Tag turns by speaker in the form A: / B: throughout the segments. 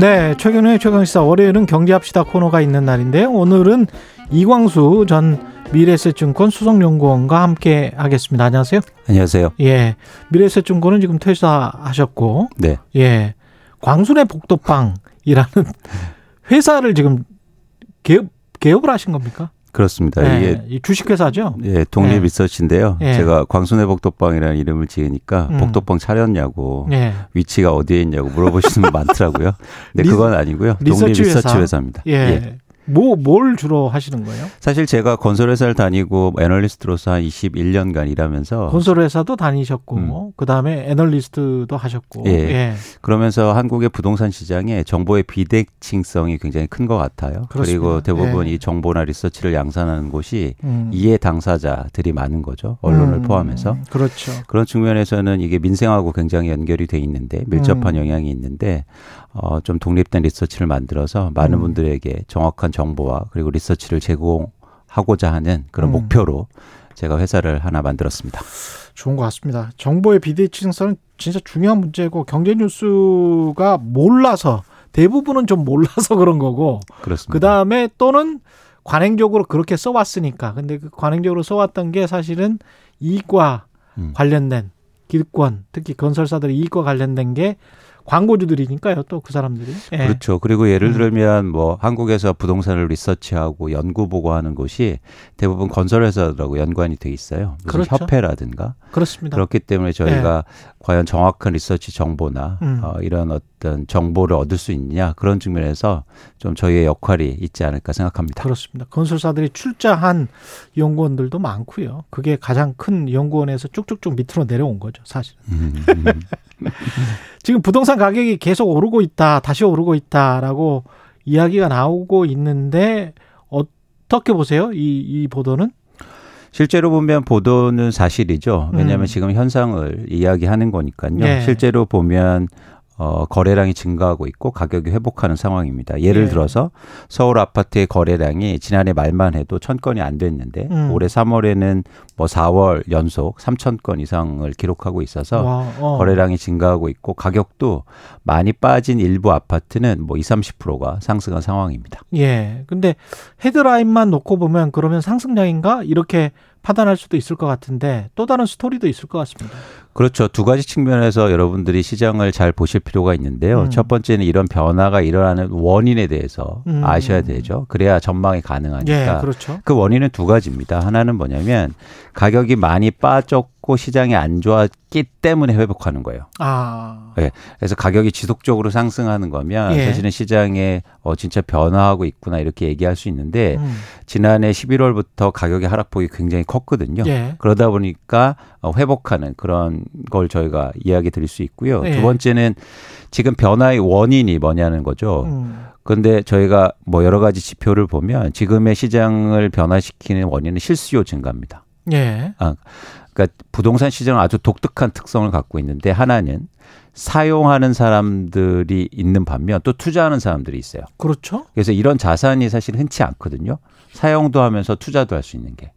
A: 네, 최근의 최강시사 월요일은 경제합시다 코너가 있는 날인데요. 오늘은 이광수 전 미래세증권 수석연구원과 함께 하겠습니다. 안녕하세요.
B: 안녕하세요.
A: 예, 미래세증권은 지금 퇴사하셨고,
B: 네.
A: 예, 광순의 복도빵이라는 회사를 지금 개업 개업을 하신 겁니까?
B: 그렇습니다.
A: 네,
B: 이게
A: 이 주식회사죠.
B: 예, 독립
A: 네.
B: 리서치인데요.
A: 예.
B: 제가 광순의 복덕방이라는 이름을 지으니까
A: 음.
B: 복덕방 차렸냐고
A: 예,
B: 위치가 어디에 있냐고 물어보시는 분 많더라고요. 근데
A: 리-
B: 그건 아니고요. 독립
A: 리서치 회사.
B: 리서치 회사입니다.
A: 예. 뭐 뭘 주로 하시는 거예요?
B: 사실 제가 건설회사를 다니고 애널리스트로서 한 21년간 일하면서
A: 건설회사도 다니셨고,
B: 어. 음.
A: 그 다음에 애널리스트도 하셨고,
B: 예.
A: 예.
B: 그러면서 한국의 부동산 시장에 정보의 비대칭성이 굉장히 큰 것 같아요. 그
A: 그렇습니다.
B: 리고 대부분
A: 예.
B: 이 정보나 리서치를 양산하는 곳이
A: 음.
B: 이해 당사자들이 많은 거죠. 언론을
A: 음,
B: 포함해서.
A: 그렇죠.
B: 그런 측면에서는 이게 민생하고 굉장히 연결이 돼 있는데 밀접한
A: 음.
B: 영향이 있는데 어, 좀 독립된 리서치를 만들어서 많은
A: 음.
B: 분들에게 정확한 정보와 그리고 리서치를 제공하고자 하는 그런
A: 음.
B: 목표로 제가 회사를 하나 만들었습니다.
A: 좋은 것 같습니다. 정보의 비대칭성은 진짜 중요한 문제고 경제 뉴스가 몰라서 대부분은 좀 몰라서 그런 거고
B: 그렇습니다.
A: 그 다음에 또는 관행적으로 그렇게 써왔으니까 근데 그 관행적으로 써왔던 게 사실은 이익과
B: 음.
A: 관련된 기득권 특히 건설사들의 이익과 관련된 게 광고주들이니까요 또 그 사람들이 예.
B: 그렇죠. 그리고 예를
A: 음.
B: 들면 뭐 한국에서 부동산을 리서치하고 연구 보고하는 곳이 대부분 건설회사들하고 연관이 돼 있어요. 무슨
A: 그렇죠.
B: 협회라든가
A: 그렇습니다 네.
B: 그렇기 때문에 저희가 과연 정확한 리서치 정보나
A: 음.
B: 어, 이런 어떤 정보를 얻을 수 있냐 그런 측면에서 좀 저희의 역할이 있지 않을까 생각합니다.
A: 그렇습니다. 건설사들이 출자한 연구원들도 많고요. 그게 가장 큰 연구원에서 쭉쭉쭉 밑으로 내려온 거죠, 사실.
B: 음, 음.
A: 지금 부동산 가격이 계속 오르고 있다, 다시 오르고 있다라고 이야기가 나오고 있는데 어떻게 보세요? 이, 이 보도는?
B: 실제로 보면 보도는 사실이죠. 왜냐하면
A: 음.
B: 지금 현상을 이야기하는 거니까요.
A: 예.
B: 실제로 보면 어, 거래량이 증가하고 있고 가격이 회복하는 상황입니다. 예를
A: 예.
B: 들어서 서울 아파트의 거래량이 지난해 말만 해도 천 건이 안 됐는데
A: 음.
B: 올해 3월에는 뭐 4월 연속 3천 건 이상을 기록하고 있어서
A: 와, 어.
B: 거래량이 증가하고 있고 가격도 많이 빠진 일부 아파트는 뭐 20, 30%가 상승한 상황입니다.
A: 예. 근데 헤드라인만 놓고 보면 그러면 상승량인가? 이렇게 판단할 수도 있을 것 같은데 또 다른 스토리도 있을 것 같습니다.
B: 그렇죠. 두 가지 측면에서 여러분들이 시장을 잘 보실 필요가 있는데요.
A: 음.
B: 첫 번째는 이런 변화가 일어나는 원인에 대해서
A: 음.
B: 아셔야 되죠. 그래야 전망이 가능하니까.
A: 예, 그렇죠.
B: 그 원인은 두 가지입니다. 하나는 뭐냐면 가격이 많이 빠졌고 시장이 안 좋았기 때문에 회복하는 거예요.
A: 아,
B: 그래서 가격이 지속적으로 상승하는 거면
A: 예.
B: 사실은 시장에 어, 진짜 변화하고 있구나 이렇게 얘기할 수 있는데
A: 음.
B: 지난해 11월부터 가격의 하락폭이 굉장히 컸거든요.
A: 예.
B: 그러다 보니까 어, 회복하는 그런 걸 저희가 이야기 드릴 수 있고요.
A: 예.
B: 두 번째는 지금 변화의 원인이 뭐냐는 거죠.
A: 음.
B: 그런데 저희가 뭐 여러 가지 지표를 보면 지금의 시장을 변화시키는 원인은 실수요 증가입니다.
A: 예.
B: 그러니까 부동산 시장은 아주 독특한 특성을 갖고 있는데 하나는 사용하는 사람들이 있는 반면 또 투자하는 사람들이 있어요.
A: 그렇죠.
B: 그래서 이런 자산이 사실 흔치 않거든요. 사용도 하면서 투자도 할 수 있는 게.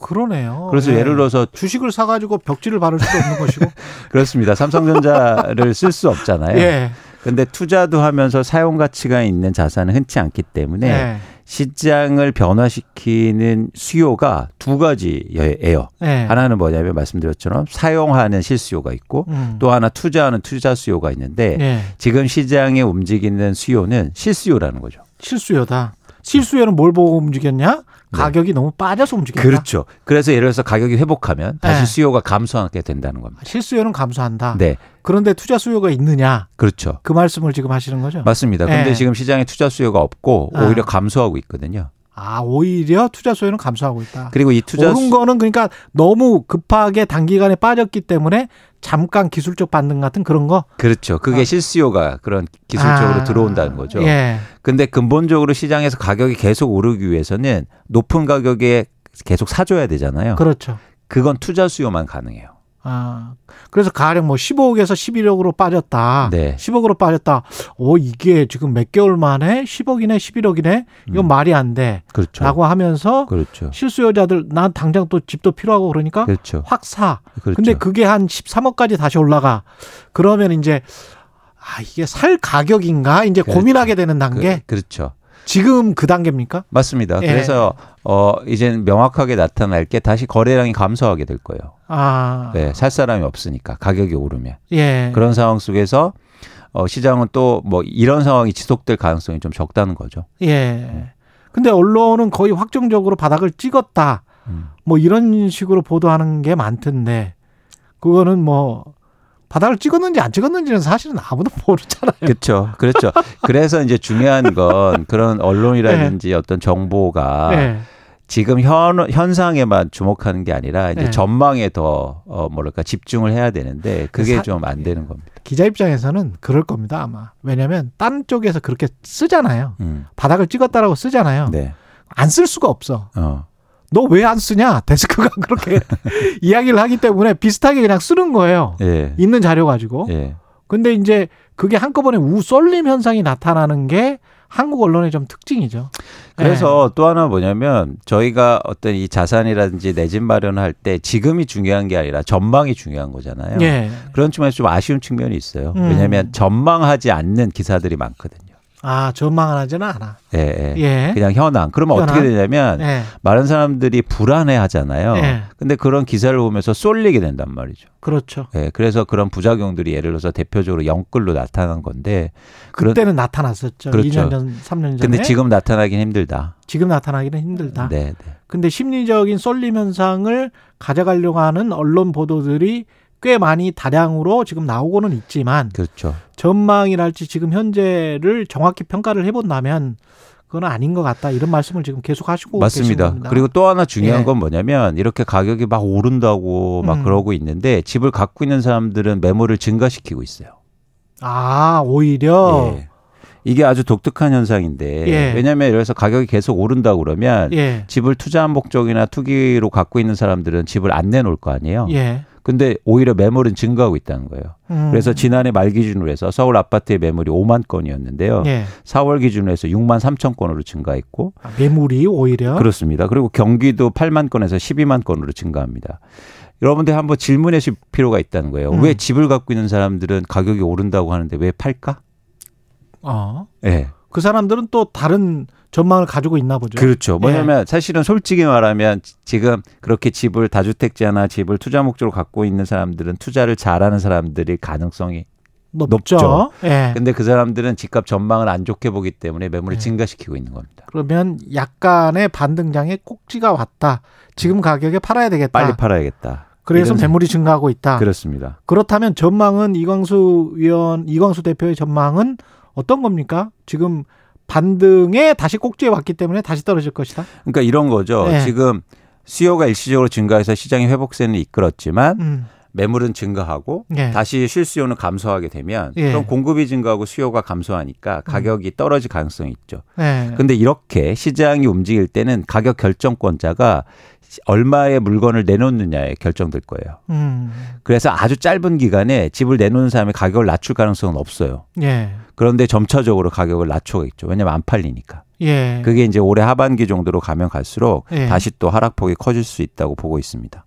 A: 그러네요.
B: 그래서
A: 예.
B: 예를 들어서
A: 주식을 사가지고 벽지를 바를 수도 없는 것이고.
B: 그렇습니다. 삼성전자를 쓸 수 없잖아요.
A: 예.
B: 근데 투자도 하면서 사용 가치가 있는 자산은 흔치 않기 때문에
A: 네.
B: 시장을 변화시키는 수요가 두 가지예요.
A: 예. 예.
B: 하나는 뭐냐면 말씀드렸처럼 사용하는 실수요가 있고
A: 음.
B: 또 네. 하나 투자하는 투자 수요가 있는데
A: 예.
B: 지금 시장에 움직이는 수요는 실수요라는 거죠.
A: 실수요다. 실수요는 뭘 보고 움직였냐?
B: 네.
A: 가격이 너무 빠져서 움직였다.
B: 그렇죠. 그래서 예를 들어서 가격이 회복하면 다시
A: 네.
B: 수요가 감소하게 된다는 겁니다.
A: 아, 실수요는 감소한다.
B: 네.
A: 그런데 투자 수요가 있느냐?
B: 그렇죠.
A: 그 말씀을 지금 하시는 거죠?
B: 맞습니다. 근데
A: 네.
B: 지금 시장에 투자 수요가 없고
A: 아.
B: 오히려 감소하고 있거든요.
A: 아, 오히려 투자 수요는 감소하고 있다.
B: 그리고 이 투자
A: 아, 오른
B: 수-
A: 거는 그러니까 너무 급하게 단기간에 빠졌기 때문에 잠깐 기술적 반등 같은 그런 거.
B: 그렇죠. 그게
A: 아.
B: 실수요가 그런 기술적으로
A: 아,
B: 들어온다는 거죠.
A: 예.
B: 근데 근본적으로 시장에서 가격이 계속 오르기 위해서는 높은 가격에 계속 사줘야 되잖아요.
A: 그렇죠.
B: 그건 투자 수요만 가능해요.
A: 아. 그래서 가령 뭐 15억에서 11억으로 빠졌다.
B: 네.
A: 10억으로 빠졌다. 오, 이게 지금 몇 개월 만에 10억이네, 11억이네. 이건
B: 음.
A: 말이 안 돼.
B: 그렇죠.
A: 라고 하면서
B: 그렇죠.
A: 실수요자들 난 당장 또 집도 필요하고 그러니까
B: 그렇죠.
A: 확 사.
B: 그렇죠.
A: 근데 그게 한 13억까지 다시 올라가. 그러면 이제 아, 이게 살 가격인가? 이제
B: 그렇죠.
A: 고민하게 되는 단계?
B: 그, 렇죠
A: 지금 그 단계입니까?
B: 맞습니다.
A: 예.
B: 그래서 어 이젠 명확하게 나타날 게 다시 거래량이 감소하게 될 거예요.
A: 아,
B: 네, 살 사람이 없으니까 가격이 오르면
A: 예.
B: 그런 상황 속에서 어, 시장은 또 뭐 이런 상황이 지속될 가능성이 좀 적다는 거죠.
A: 예. 근데 언론은 거의 확정적으로 바닥을 찍었다.
B: 음.
A: 뭐 이런 식으로 보도하는 게 많던데, 그거는 뭐, 바닥을 찍었는지 안 찍었는지는 사실은 아무도 모르잖아요.
B: 그렇죠, 그렇죠. 그래서 이제 중요한 건 그런
A: 네.
B: 언론이라든지 어떤 정보가
A: 예.
B: 지금 현 현상에만 주목하는 게 아니라 이제
A: 네.
B: 전망에 더 어, 뭐랄까 집중을 해야 되는데 그게
A: 사-
B: 좀 안 되는 겁니다.
A: 기자 입장에서는 그럴 겁니다, 아마. 왜냐면, 딴 쪽에서 그렇게 쓰잖아요.
B: 음.
A: 바닥을 찍었다라고 쓰잖아요.
B: 네.
A: 안 쓸 수가 없어.
B: 어.
A: 너 왜 안 쓰냐? 데스크가 그렇게 이야기를 하기 때문에 비슷하게 그냥 쓰는 거예요.
B: 예.
A: 있는 자료 가지고.
B: 예.
A: 근데 이제 그게 한꺼번에 우 쏠림 현상이 나타나는 게 한국 언론의 좀 특징이죠.
B: 그래서 또 하나 뭐냐면 저희가 어떤 이 자산이라든지 내 집 마련할 때 지금이 중요한 게 아니라 전망이 중요한 거잖아요.
A: 예. 예.
B: 그런 측면에서 좀 아쉬운 측면이 있어요.
A: 음.
B: 왜냐하면 전망하지 않는 기사들이 많거든요.
A: 아, 전망을 하지는 않아.
B: 예, 예.
A: 예.
B: 그냥 현황. 그러면
A: 현황.
B: 어떻게 되냐면
A: 예.
B: 많은 사람들이 불안해 하잖아요.
A: 예.
B: 근데 그런 기사를 보면서 쏠리게 된단 말이죠.
A: 그렇죠.
B: 예, 그래서 그런 부작용들이 예를 들어서 대표적으로 영끌로 나타난 건데 그런-
A: 그때는 나타났었죠.
B: 그렇죠.
A: 2년 전, 3년 전에. 아.
B: 근데 지금 나타나긴 힘들다.
A: 지금 나타나기는 힘들다.
B: 네, 네.
A: 근데 심리적인 쏠림 현상을 가져가려고 하는 언론 보도들이 꽤 많이 다량으로 지금 나오고는 있지만
B: 그렇죠.
A: 전망이랄지 지금 현재를 정확히 평가를 해본다면 그건 아닌 것 같다 이런 말씀을 지금 계속 하시고 계신
B: 맞습니다.
A: 겁니다.
B: 그리고 또 하나 중요한
A: 예.
B: 건 뭐냐면 이렇게 가격이 막 오른다고 막
A: 음.
B: 그러고 있는데 집을 갖고 있는 사람들은 매물을 증가시키고 있어요.
A: 아 오히려
B: 예. 이게 아주 독특한 현상인데
A: 예.
B: 왜냐하면 예를 들어서 가격이 계속 오른다고 그러면
A: 예 예
B: 집을 투자한 목적이나 투기로 갖고 있는 사람들은 집을 안 내놓을 거 아니에요. 근데 오히려 매물은 증가하고 있다는 거예요.
A: 예. 음.
B: 그래서 지난해 말 기준으로 해서 서울 아파트의 매물이 5만 건이었는데요.
A: 예.
B: 4월 기준으로 해서 6만 3천 건으로 증가했고
A: 아, 매물이 오히려
B: 그렇습니다. 그리고 경기도 8만 건에서 12만 건으로 증가합니다. 여러분들 한번 질문해 주실 필요가 있다는 거예요.
A: 음.
B: 왜 집을 갖고 있는 사람들은 가격이 오른다고 하는데 왜 팔까?
A: 어.
B: 예.
A: 그 사람들은 또 다른 전망을 가지고 있나 보죠. 예.
B: 그렇죠. 뭐냐면 사실은 솔직히 말하면 지- 지금 그렇게 집을 다주택자나 집을 투자 목적으로 갖고 있는 사람들은 투자를 잘하는 사람들이 가능성이
A: 높죠.
B: 높죠.
A: 예.
B: 근데 그 사람들은 집값 전망을 안 좋게 보기 때문에 매물을
A: 네.
B: 증가시키고 있는 겁니다.
A: 그러면 약간의 반등장에 꼭지가 왔다. 지금 가격에 팔아야 아. 되겠다.
B: 빨리 팔아야겠다.
A: 그래서
B: 이런-
A: 매물이 증가하고 있다.
B: 그렇습니다.
A: 그렇다면 전망은 이광수 위원, 이광수 대표의 전망은 어떤 겁니까? 지금 반등에 다시 꼭지에 왔기 때문에 다시 떨어질 것이다.
B: 그러니까 이런 거죠.
A: 네.
B: 지금 수요가 일시적으로 증가해서 시장의 회복세는 이끌었지만
A: 음,
B: 매물은 증가하고
A: 예.
B: 다시 실수요는 감소하게 되면
A: 예. 음.
B: 그럼 공급이 증가하고 수요가 감소하니까 가격이 떨어질 가능성이 있죠.
A: 예.
B: 네. 근데 이렇게 시장이 움직일 때는 가격 결정권자가 시- 얼마의 물건을 내놓느냐에 결정될 거예요.
A: 음,
B: 그래서 아주 짧은 기간에 집을 내놓는 사람이 가격을 낮출 가능성은 없어요.
A: 예.
B: 그런데 점차적으로 가격을 낮추겠죠. 왜냐면 안 팔리니까.
A: 예.
B: 그게 이제 올해 하반기 정도로 가면 갈수록
A: 예.
B: 다시 또 하락폭이 커질 수 있다고 보고 있습니다.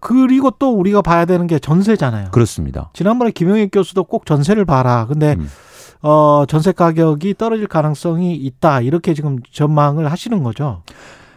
A: 그리고 또 우리가 봐야 되는 게 전세잖아요.
B: 그렇습니다.
A: 지난번에 김영익 교수도 꼭 전세를 봐라. 근데
B: 음.
A: 어, 전세 가격이 떨어질 가능성이 있다. 이렇게 지금 전망을 하시는 거죠.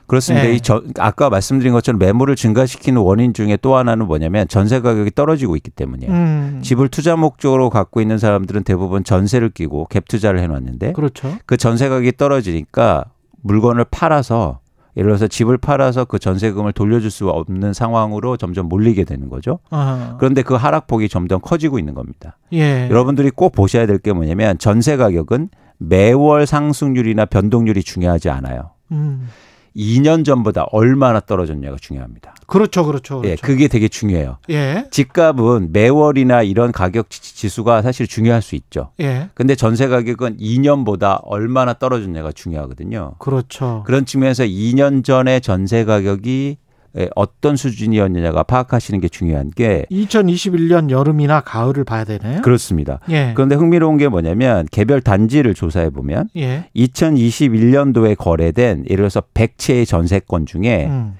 B: 그렇습니다.
A: 예.
B: 이 저- 아까 말씀드린 것처럼 매물을 증가시키는 원인 중에 또 하나는 뭐냐면 전세 가격이 떨어지고 있기 때문이에요.
A: 음.
B: 집을 투자 목적으로 갖고 있는 사람들은 대부분 전세를 끼고 갭 투자를 해놨는데
A: 그렇죠.
B: 그 전세 가격이 떨어지니까 물건을 팔아서 예를 들어서 집을 팔아서 그 전세금을 돌려줄 수 없는 상황으로 점점 몰리게 되는 거죠.
A: 아,
B: 그런데 그 하락폭이 점점 커지고 있는 겁니다.
A: 예.
B: 여러분들이 꼭 보셔야 될 게 뭐냐면 전세 가격은 매월 상승률이나 변동률이 중요하지 않아요.
A: 음.
B: 2년 전보다 얼마나 떨어졌냐가 중요합니다.
A: 그렇죠. 그렇죠.
B: 예,
A: 그렇죠.
B: 그게 되게 중요해요.
A: 예.
B: 집값은 매월이나 이런 가격 지- 지수가 사실 중요할 수 있죠.
A: 예.
B: 근데 전세 가격은 2년보다 얼마나 떨어졌냐가 중요하거든요.
A: 그렇죠.
B: 그런 측면에서 2년 전에 전세 가격이 예, 어떤 수준이었느냐가 파악하시는 게 중요한 게
A: 2021년 여름이나 가을을 봐야 되네요.
B: 그렇습니다.
A: 예.
B: 그런데 흥미로운 게 뭐냐면 개별 단지를 조사해 보면
A: 예.
B: 2021년도에 거래된 예를 들어서 100채의 전세권 중에
A: 음.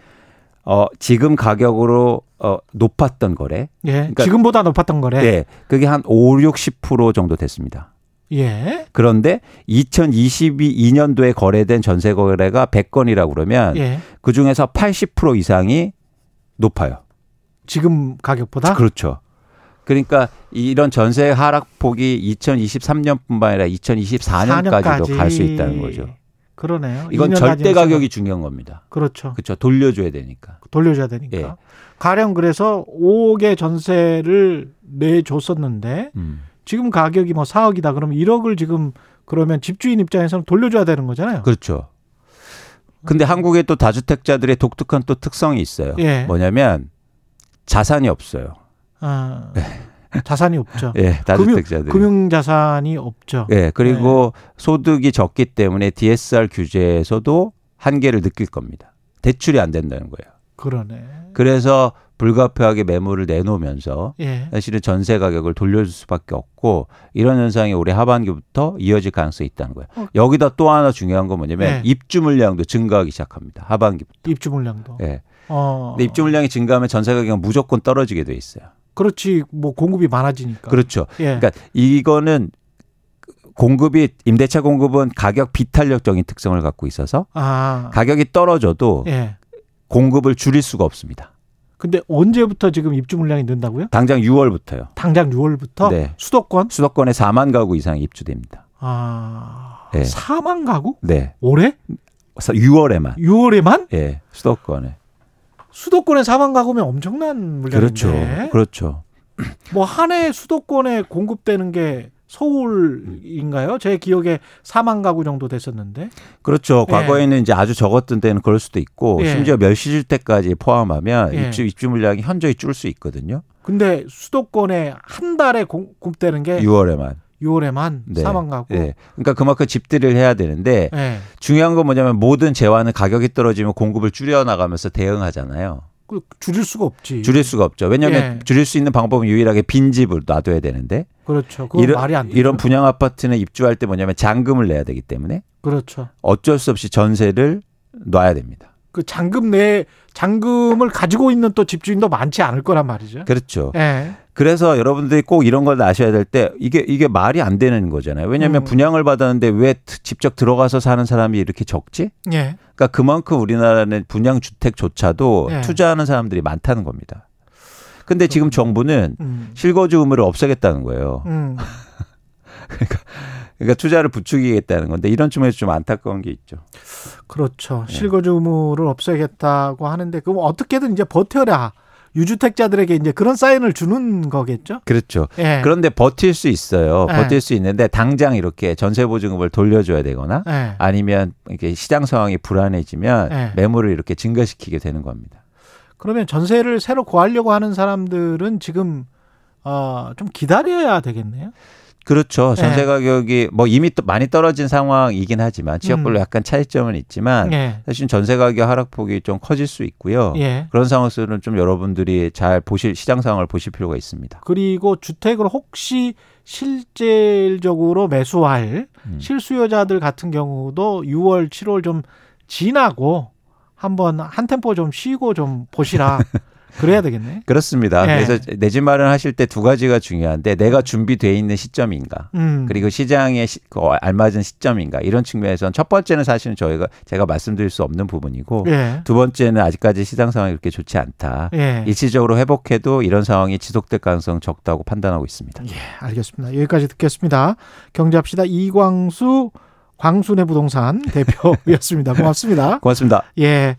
B: 어, 지금 가격으로 어, 높았던 거래.
A: 예.
B: 그러니까-
A: 지금보다 높았던 거래.
B: 네. 그게 한 5, 60% 정도 됐습니다.
A: 예.
B: 그런데 2022년도에 거래된 전세 거래가 100건이라고 그러면
A: 예.
B: 그 중에서 80% 이상이 높아요.
A: 지금 가격보다
B: 그렇죠. 그러니까 이런 전세 하락폭이 2023년뿐만 아니라 2024년까지도 갈 수 있다는 거죠.
A: 그러네요.
B: 이건
A: 2년
B: 절대
A: 단위로
B: 가격이 중요한 겁니다.
A: 그렇죠.
B: 그렇죠. 돌려줘야 되니까.
A: 돌려줘야 되니까.
B: 예.
A: 가령 그래서 5억의 전세를 내줬었는데
B: 음.
A: 지금 가격이 뭐 4억이다. 그러면 1억을 지금 그러면 집주인 입장에서는 돌려줘야 되는 거잖아요.
B: 그렇죠. 근데 한국의 또 다주택자들의 독특한 또 특성이 있어요.
A: 예.
B: 뭐냐면 자산이 없어요.
A: 아, 자산이 없죠.
B: 예, 다주택자들이.
A: 금융 자산이 없죠.
B: 예, 그리고 소득이 적기 때문에 DSR 규제에서도 한계를 느낄 겁니다. 대출이 안 된다는 거예요.
A: 그러네.
B: 그래서 불가피하게 매물을 내놓으면서
A: 예.
B: 사실은 전세 가격을 돌려줄 수밖에 없고 이런 현상이 올해 하반기부터 이어질 가능성이 있다는 거예요.
A: 어.
B: 여기다 또 하나 중요한 건 뭐냐면
A: 네.
B: 입주 물량도 증가하기 시작합니다. 하반기부터.
A: 입주 물량도.
B: 예.
A: 어.
B: 근데 입주 물량이 증가하면 전세 가격은 무조건 떨어지게 돼 있어요.
A: 그렇지. 뭐 공급이 많아지니까.
B: 그렇죠.
A: 예.
B: 그러니까 이거는 공급이 임대차 공급은 가격 비탄력적인 특성을 갖고 있어서
A: 아.
B: 가격이 떨어져도
A: 예.
B: 공급을 줄일 수가 없습니다.
A: 근데 언제부터 지금 입주 물량이 는다고요?
B: 당장 6월부터요.
A: 당장 6월부터
B: 네.
A: 수도권
B: 수도권에 4만 가구 이상 입주됩니다.
A: 아.
B: 예.
A: 사망 가구?
B: 네.
A: 올해?
B: 6월에만.
A: 6월에만?
B: 예. 수도권에.
A: 수도권에 사망 가구면 엄청난
B: 그렇죠.
A: 물량인데.
B: 그렇죠.
A: 뭐 한 해 수도권에 공급되는 게 서울인가요? 제 기억에 사망 가구 정도 됐었는데.
B: 그렇죠.
A: 예.
B: 과거에는 이제 아주 적었던 때는 그럴 수도 있고
A: 예.
B: 심지어 멸시주택까지 포함하면
A: 예.
B: 입주 입주 물량이 현저히 줄 수 있거든요.
A: 근데 수도권에 한 달에 공급되는 게
B: 6월에만.
A: 6월에만
B: 네.
A: 사망 가구.
B: 예. 그러니까 그만큼 집들이를 해야 되는데
A: 예.
B: 중요한 건 뭐냐면 모든 재화는 가격이 떨어지면 공급을 줄여 나가면서 대응하잖아요.
A: 그 줄일 수가 없지.
B: 줄일 수가 없죠. 왜냐하면
A: 예.
B: 줄일 수 있는 방법은 유일하게 빈 집을 놔둬야 되는데
A: 그렇죠. 그건
B: 이런,
A: 말이 안 되죠.
B: 이런 분양 아파트는 입주할 때 뭐냐면 잔금을 내야 되기 때문에
A: 그렇죠.
B: 어쩔 수 없이 전세를 놔야 됩니다.
A: 그 잔금 내 잔금을 가지고 있는 또 집주인도 많지 않을 거란 말이죠.
B: 그렇죠.
A: 예.
B: 그래서 여러분들이 꼭 이런 걸 아셔야 될 때 이게 이게 말이 안 되는 거잖아요. 왜냐하면
A: 음.
B: 분양을 받았는데 왜 트- 직접 들어가서 사는 사람이 이렇게 적지?
A: 예.
B: 그러니까 그만큼 우리나라는 분양 주택조차도
A: 네.
B: 투자하는 사람들이 많다는 겁니다. 근데 지금 정부는
A: 음.
B: 실거주 의무를 없애겠다는 거예요.
A: 음.
B: 그러니까 투자를 부추기겠다는 건데 이런 측면에서 좀 안타까운 게 있죠.
A: 그렇죠. 실거주 의무를 없애겠다고 하는데 그럼 어떻게든 이제 버텨라. 유주택자들에게 이제 그런 사인을 주는 거겠죠.
B: 그렇죠.
A: 예.
B: 그런데 버틸 수 있어요.
A: 네.
B: 버틸 수 있는데 당장 이렇게 전세 보증금을 돌려줘야 되거나
A: 예.
B: 아니면 이렇게 시장 상황이 불안해지면
A: 네.
B: 매물을 이렇게 증가시키게 되는 겁니다.
A: 그러면 전세를 새로 구하려고 하는 사람들은 지금 어, 좀 기다려야 되겠네요.
B: 그렇죠. 전세
A: 네.
B: 가격이 뭐 이미 또 많이 떨어진 상황이긴 하지만 지역별로
A: 음.
B: 약간 차이점은 있지만
A: 예.
B: 사실 전세 가격 하락폭이 좀 커질 수 있고요.
A: 예.
B: 그런 상황 속에는 좀 여러분들이 잘 보실 시장 상황을 보실 필요가 있습니다.
A: 그리고 주택을 혹시 실질적으로 매수할
B: 음.
A: 실수요자들 같은 경우도 6월, 7월 좀 지나고 한번 한 템포 좀 쉬고 좀 보시라. 그래야 되겠네.
B: 그렇습니다.
A: 네.
B: 그래서 내 집 마련하실 때 두 가지가 중요한데 내가 준비돼 있는 시점인가
A: 음.
B: 그리고 시장에 시- 그 알맞은 시점인가 이런 측면에서는 첫 번째는 사실은 저희가 제가 말씀드릴 수 없는 부분이고
A: 예.
B: 두 번째는 아직까지 시장 상황이 그렇게 좋지 않다.
A: 예.
B: 일시적으로 회복해도 이런 상황이 지속될 가능성 적다고 판단하고 있습니다.
A: 예, 알겠습니다. 여기까지 듣겠습니다. 경제합시다. 이광수 광순의 부동산 대표였습니다. 고맙습니다.
B: 고맙습니다.
A: 예.